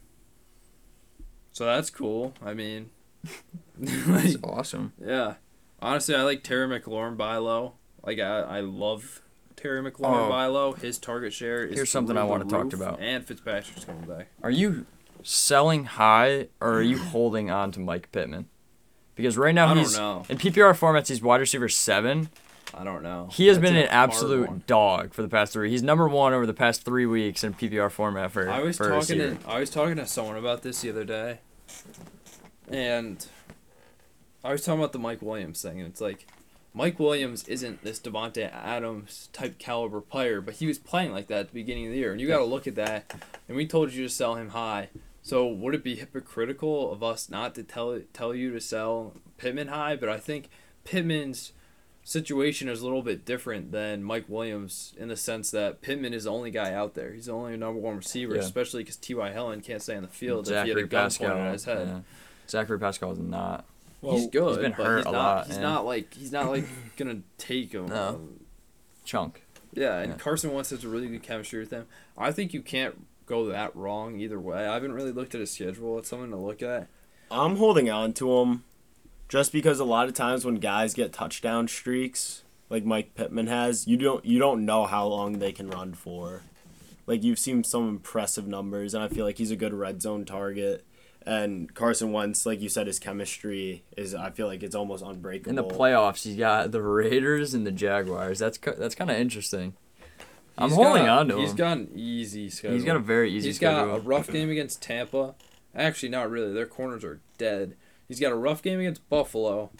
B: So that's cool. I mean, *laughs*
C: It's awesome.
B: yeah. Honestly, I like Terry McLaurin by low. Like I, I love Terry McLaurin
C: Oh.
B: by low. His target share is
C: Here's something I
B: through the
C: wanna talk
B: roof,
C: about.
B: And Fitzpatrick's coming back.
C: Are you selling high or are you holding on to Mike Pittman? Because right now
B: I don't
C: he's
B: know.
C: in PPR formats. He's wide receiver seven,
B: I don't know.
C: He has
B: That's
C: been
B: a
C: an
B: hard
C: absolute
B: one.
C: dog for the past three. He's number one over the past three weeks in PPR format for.
B: I was
C: for a
B: talking
C: receiver.
B: to I was talking to someone about this the other day, and I was talking about the Mike Williams thing, and it's like Mike Williams isn't this Devonte Adams type caliber player, but he was playing like that at the beginning of the year, and you got to look at that. And we told you to sell him high, so would it be hypocritical of us not to tell tell you to sell Pittman high? But I think Pittman's situation is a little bit different than Mike Williams in the sense that Pittman is the only guy out there. He's the only number one receiver,
C: Yeah.
B: especially because T.Y. Helen can't stay on the field if he had
C: Zachary
B: a gun pointed
C: Pascal.
B: at his head.
C: yeah. Zachary Pascal is not.
B: he's good,
C: he's been
B: but
C: hurt
B: he's
C: a
B: not.
C: lot,
B: he's
C: yeah.
B: not like he's not
C: *laughs*
B: like gonna take him.
C: No. Chunk.
B: Yeah, and
C: Yeah.
B: Carson Wentz has a really good chemistry with them. I think you can't go that wrong either way. I haven't really looked at his schedule. It's something to look at.
A: I'm holding on to him just because a lot of times when guys get touchdown streaks, like Mike Pittman has, you don't you don't know how long they can run for. Like you've seen some impressive numbers and I feel like he's a good red zone target. And Carson Wentz, like you said, his chemistry is I feel like it's almost unbreakable.
C: In the playoffs, he's got the Raiders and the Jaguars. That's ki- that's kind of interesting. I'm
B: He's
C: holding
B: got-
C: on to
B: He's
C: him.
B: got an easy schedule.
C: he's got a very easy
B: He's
C: schedule.
B: got a rough game against Tampa. Actually, not really. Their corners are dead. He's got a rough game against Buffalo,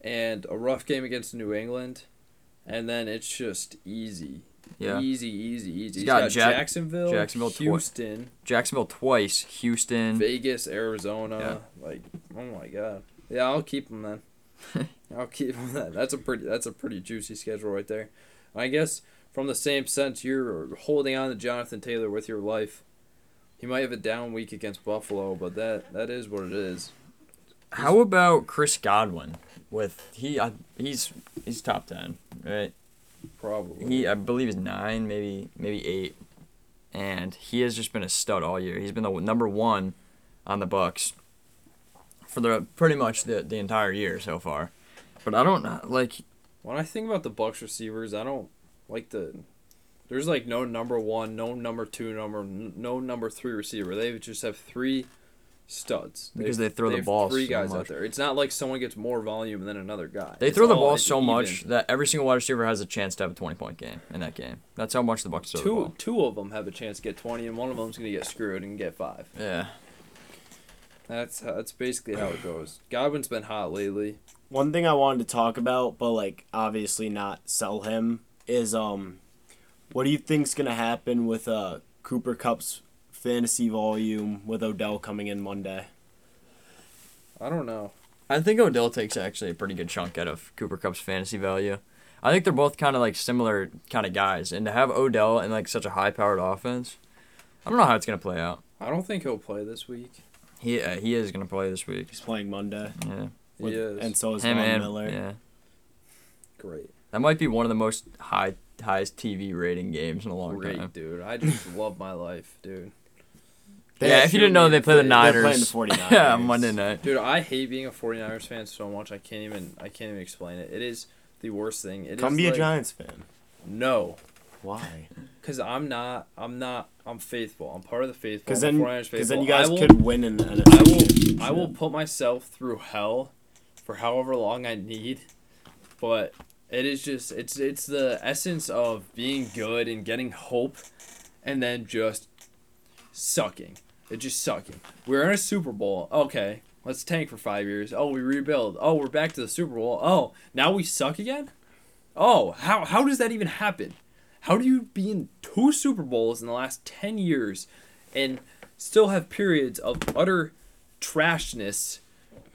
B: and a rough game against New England, and then it's just easy,
C: yeah.
B: easy, easy, easy. He's
C: got
B: got,
C: Jack-
B: Jacksonville,
C: Jacksonville twi-
B: Houston,
C: Jacksonville twice, Houston.
B: Vegas, Arizona. Like, oh my god. Yeah, I'll keep him then. I'll keep him then. That's a pretty. That's a pretty juicy schedule right there. I guess from the same sense, you're holding on to Jonathan Taylor with your life. He might have a down week against Buffalo, but that that is what it is.
C: How about Chris Godwin? With he, I, he's he's top ten, right?
B: Probably.
C: He, I believe, is nine, maybe maybe eight, and he has just been a stud all year. He's been the number one on the Bucks for the pretty much the the entire year so far. But I don't know, like
B: When I think about the Bucks receivers, I don't like the. There's like no number one, no number two, number no number three receiver. They just have three studs
C: Because
B: They've-
C: they throw the
B: have
C: ball
B: Three
C: so
B: guys
C: much.
B: out there. It's not like someone gets more volume than another guy.
C: They
B: It's
C: throw the
B: all-
C: ball
B: it's
C: so much
B: even.
C: that every single wide receiver has a chance to have a twenty-point game in that game. That's how much the Bucks throw the
B: Two
C: ball.
B: two of them have a chance to get twenty, and one of them's gonna get screwed and get five.
C: Yeah,
B: That's that's basically how
C: *sighs*
B: it goes. Godwin's been hot lately.
A: One thing I wanted to talk about, but like obviously not sell him, is um, what do you think's gonna happen with uh Cooper Cup's fantasy volume with Odell coming in Monday?
B: I don't know.
C: I think Odell takes actually a pretty good chunk out of Cooper Cup's fantasy value. I think they're both kind of like similar kind of guys, and to have Odell in like such a high-powered offense, I don't know how it's gonna play out.
B: I don't think he'll play this week.
C: He uh, he is gonna play this week.
A: He's playing Monday.
C: Yeah,
B: He
A: With-
B: is
A: And so is
C: him
A: Von
C: and
A: Miller.
C: yeah,
B: great.
C: that might be one of the most high highest TV rating games in a long
B: Great,
C: time.
B: dude. I just love my life, dude.
A: They-
C: yeah, if you didn't know, they play the
A: they're playing
C: *laughs* Niners.
A: the 49ers.
C: yeah, Monday night.
B: Dude, I hate being a 49ers fan so much. I can't even I can't even explain it. It is the worst thing. It
A: Come
B: is
A: be a
B: like-
A: Giants fan.
B: No,
A: Why?
B: cuz I'm not I'm not I'm faithful. I'm part of the faithful.
A: Because
B: I'm a
A: then,
B: 49ers
A: because then
B: faithful.
A: you guys
B: I will-
A: could win in the
B: I
A: NFC.
B: will I will put myself through hell for however long I need, but it is just it's it's the essence of being good and getting hope, and then just sucking. It just sucking. We're in a Super Bowl. Okay, let's tank for five years. Oh, we rebuild. Oh, we're back to the Super Bowl. Oh, now we suck again. Oh, how how does that even happen? How do you be in two Super Bowls in the last ten years, and still have periods of utter trashness,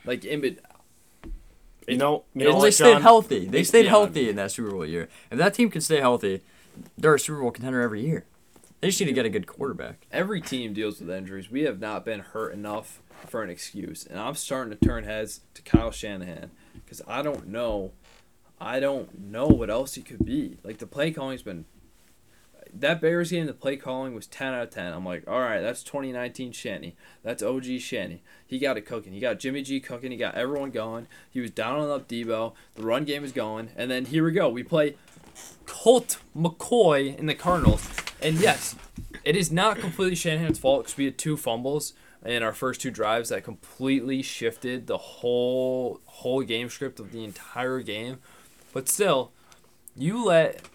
B: like in bet-
A: You know, you know
C: If they
A: what,
C: stayed
A: John?
C: healthy. They
B: It's
C: stayed
B: beyond
C: healthy in that Super Bowl year. If that team can stay healthy, they're a Super Bowl contender every year. They just need to get a good quarterback.
B: every team deals with injuries. We have not been hurt enough for an excuse, and I'm starting to turn heads to Kyle Shanahan because I don't know, I don't know what else he could be. Like the play calling's been. That Bears game, the play calling was 10 out of 10. I'm like, all right, that's 2019 Shanny. That's OG Shanny. He got it cooking. He got Jimmy G cooking. He got everyone going. He was down on up Debo. The run game is going. And then here we go. We play Colt McCoy in the Cardinals. And yes, it is not completely Shanahan's fault because we had two fumbles in our first two drives that completely shifted the whole whole game script of the entire game. But still, You let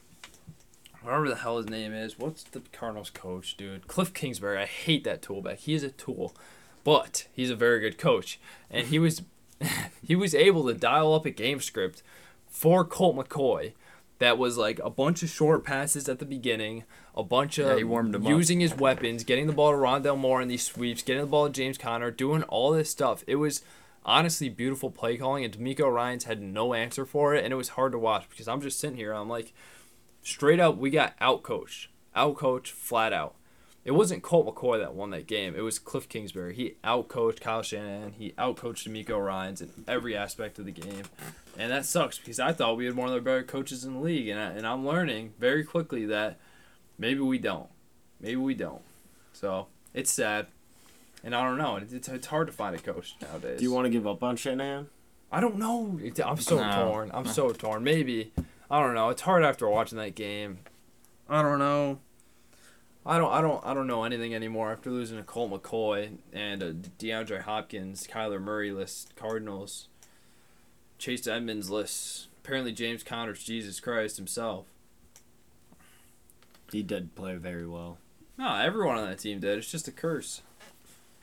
B: whatever the hell his name is. What's the Cardinals coach, dude? Cliff Kingsbury. I hate that toolback. He is a tool, but he's a very good coach, and he was *laughs* he was able to dial up a game script for Colt McCoy that was like a bunch of short passes at the beginning, a bunch of
C: Yeah, he warmed him up.
B: using his weapons, getting the ball to Rondell Moore in these sweeps, getting the ball to James Conner, doing all this stuff. It was honestly beautiful play calling, and D'Amico Ryan's had no answer for it, and it was hard to watch because I'm just sitting here, I'm like, straight up, we got outcoached, outcoached flat out. It wasn't Colt McCoy that won that game. It was Cliff Kingsbury. He outcoached Kyle Shanahan. He outcoached D'Amico Ryan's in every aspect of the game, and that sucks because I thought we had one of the better coaches in the league, and I, and I'm learning very quickly that maybe we don't, maybe we don't. So it's sad, and I don't know. It- It's, it's hard to find a coach nowadays.
A: Do you want to give up on Shanahan?
B: I don't know. It- I'm so
C: No.
B: torn. I'm so torn. Maybe I don't know. It's hard after watching that game. I don't know. I don't. I don't. I don't know anything anymore after losing to Colt McCoy and a DeAndre Hopkins, Kyler Murray list, Cardinals, Chase Edmonds list. Apparently, James Conner's Jesus Christ himself.
A: He did play very well.
B: No, everyone on that team did. It's just a curse.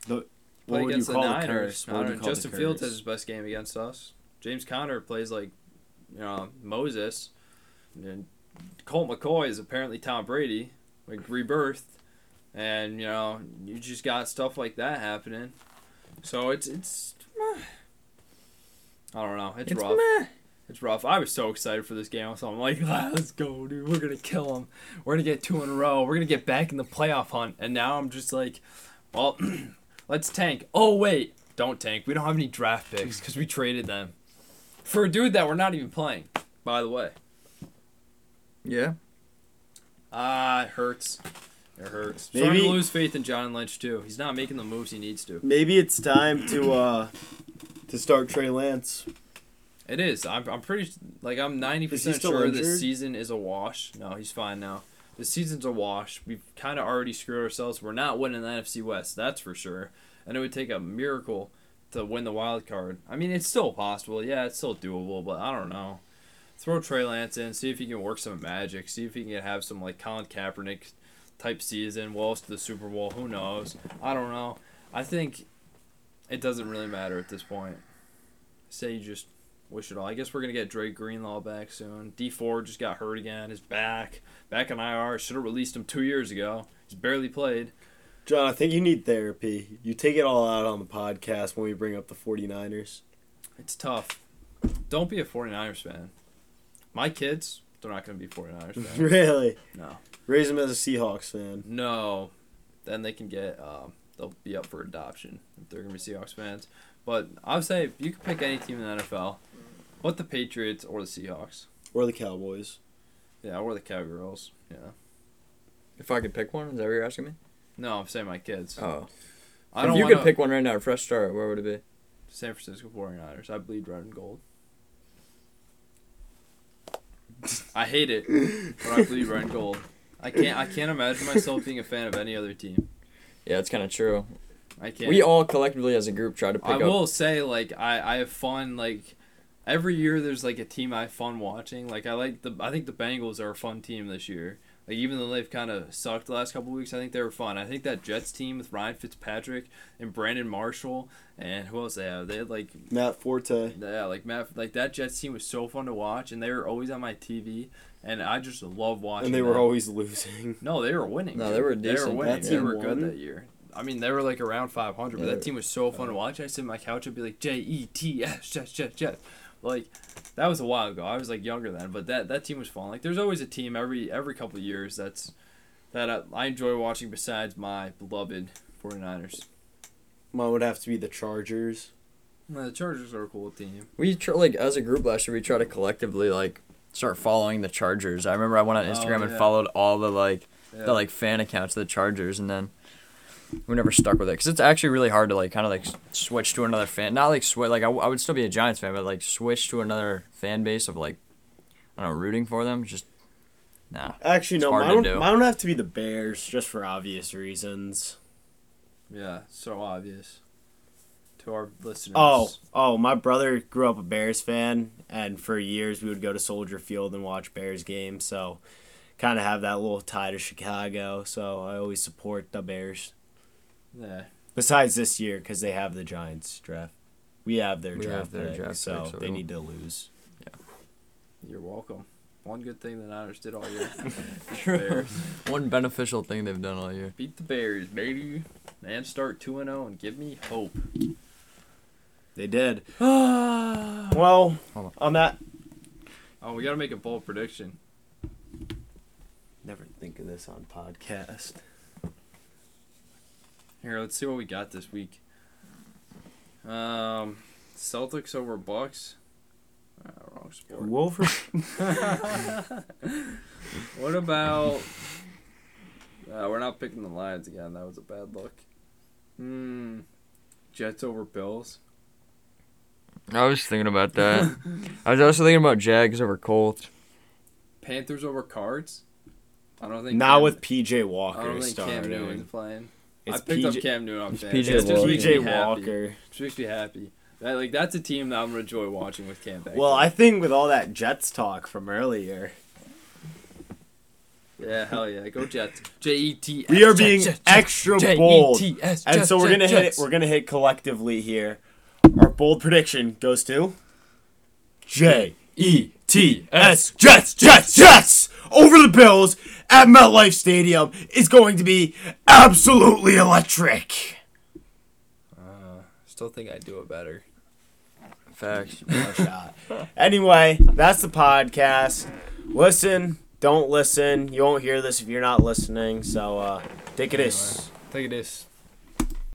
A: What
B: Play
A: would you
B: against
A: call
B: the
A: the
B: Niners.
A: curse?
B: I
A: What would
B: don't
A: you
B: know,
A: call the
B: Justin Fields has
A: curse?
B: his best game against us. James Conner plays like, you know, Moses. And Colt McCoy is apparently Tom Brady, like rebirthed. And you know, you just got stuff like that happening. So it's it's. I don't know. It's, rough. It's rough. I was so excited for this game, so I'm like, *laughs* "Ah, let's go, dude. We're gonna kill him. We're gonna get two in a row. We're gonna get back in the playoff hunt. And now I'm just like, well, *clears throat* let's tank. Oh wait, don't tank. We don't have any draft picks because we traded them for a dude that we're not even playing. By the way,
C: Yeah.
B: ah, it hurts. It hurts.
A: Maybe-
B: Starting to lose faith in John Lynch too. He's not making the moves he needs to.
A: Maybe it's time to uh to start Trey Lance.
B: It is. I'm, I'm pretty like I'm ninety
A: Is he
B: percent
A: still
B: sure
A: injured?
B: this season is a wash. No, he's fine now. The season's a wash. We've kind of already screwed ourselves. We're not winning the NFC West. That's for sure. And it would take a miracle to win the wild card. I mean, it's still possible. Yeah, it's still doable. But I don't know. Throw Trey Lance in. See if he can work some magic. See if he can have some like Colin Kaepernick type season. Walls to the Super Bowl. Who knows? I don't know. I think it doesn't really matter at this point. Say you just wish it all. I guess we're gonna get Drake Greenlaw back soon. D Ford just got hurt again. His back, back in IR. Should have released him two years ago. He's barely played.
A: John, I think you need therapy. You take it all out on the podcast when we bring up the 49ers.
B: It's tough. Don't be a 49ers fan. My kids, they're not gonna be 49ers
C: *laughs*
A: *laughs*
B: fans.
A: really?
B: No.
A: Raise him as a Seahawks fan.
B: No. Then they can get. Um, they'll be up for adoption if they're gonna be Seahawks fans. But I would say you could pick any team in the NFL, but the Patriots or the Seahawks.
A: Or the Cowboys.
B: Yeah, or the Cowgirls. Yeah.
C: If I could pick one, is that what you're asking me?
B: No, I'm saying my kids.
C: Oh.
B: I don't
C: if you
B: wanna...
C: could pick one right now, a fresh start, where would it be?
B: San Francisco 49ers. I bleed red and gold. I hate it, but I bleed red and gold. I can't. I can't imagine myself being a fan of any other team.
C: Yeah, it's kind of true.
B: I can't.
C: We all collectively as a group try to pick
B: I
C: up.
B: will say, like, I I have fun. Like, every year there's like a team I have fun watching. Like, I like the. I think the Bengals are a fun team this year. Like, even though they've kind of sucked the last couple weeks, I think they were fun. I think that Jets team with Ryan Fitzpatrick and Brandon Marshall and who else they have? They had like
A: *laughs* Matt Forte.
B: Yeah, like Matt, like that Jets team was so fun to watch, and they were always on my TV, and I just love watching.
A: And they were
B: them.
A: always losing.
B: no, they were winning.
C: No,
B: dude.
C: they were
B: They were
C: decent.
B: winning.
A: That
B: They
A: team
B: were good
A: won.
B: that year. I mean, they were like around 500, but
C: Yeah,
B: that
C: they
B: team was so fun to watch. I sit on my couch and be like J E T S Jets Jets Jets, like that was a while ago. I was like younger then, but that that team was fun. Like there's always a team every every couple of years that's that I, I enjoy watching besides my beloved 49ers.
A: Mine would have to be the Chargers.
B: No, The Chargers are a cool team.
C: We tr- like as a group last year. We try to collectively like start following the Chargers. I remember I went on
B: Oh,
C: Instagram and
B: yeah.
C: followed all the like
B: Yeah.
C: the like fan accounts of the Chargers, and then we never stuck with it because it's actually really hard to like kind of like s- switch to another fan. Not like switch. Like I, w- I would still be a Giants fan, but like switch to another fan base of like I don't know rooting for them. Just nah.
A: Actually,
C: It's
A: no,
C: hard
A: mine
C: to
A: would,
C: do.
A: mine would have to be the Bears, just for obvious reasons.
B: Yeah, so obvious to our listeners.
A: Oh, oh, my brother grew up a Bears fan, and for years we would go to Soldier Field and watch Bears games. So kind of have that little tie to Chicago. So I always support the Bears.
B: Yeah.
A: Besides this year, because they have the Giants draft. We have their
C: We
A: draft,
C: have their
A: pick,
C: draft pick,
A: so,
C: so
A: they
C: we'll-
A: need to lose.
B: You're welcome. One good thing the Niners did all year. Bears.
C: One beneficial thing they've done all year.
B: Beat the Bears, baby. And start 2 and 0 and give me hope.
A: *laughs* They
C: *sighs*
A: did.
B: oh,
A: Well,
C: Hold on.
A: on that.
B: we got to make a bold prediction.
A: Never think of this on podcast.
B: Here, let's see what we got this week. Um, Celtics over Bucks. Ah, wrong sport.
A: Wolver.
B: *laughs* What about? Uh, we're not picking the Lions again. That was a bad look. Hmm. Jets over Bills.
C: I was thinking about that. *laughs* I was also thinking about Jags over Colts.
B: *laughs* Panthers over Cards. I don't think.
A: Not
B: Cam-
A: with PJ
B: I don't
A: Walker
B: think Cam
A: starting.
B: Newton's playing.
A: It's
B: I picked up
A: PJ
B: Cam Newton. I'm
C: it's
B: saying.
C: PJ
B: It just
C: Walker.
B: makes
A: PJ
B: me happy.
A: Walker.
B: Just makes me happy. That like that's a team that I'm gonna enjoy watching with Cam. Back
A: Well,
B: there.
A: I think with all that Jets talk from earlier,
B: yeah, hell yeah, go Jets. J E T.
A: we are being extra bold,
C: E
A: E and so we're gonna hit it. We're gonna hit collectively here. Our bold prediction goes to J E T S Jets Jets Jets over the Bills at MetLife Stadium is going to be absolutely electric.
B: Still think I do it better.
C: Facts.
A: No shot. Anyway, that's the podcast. Listen, don't listen. You won't hear this if you're not listening. So, uh, take it is.
B: Take it is.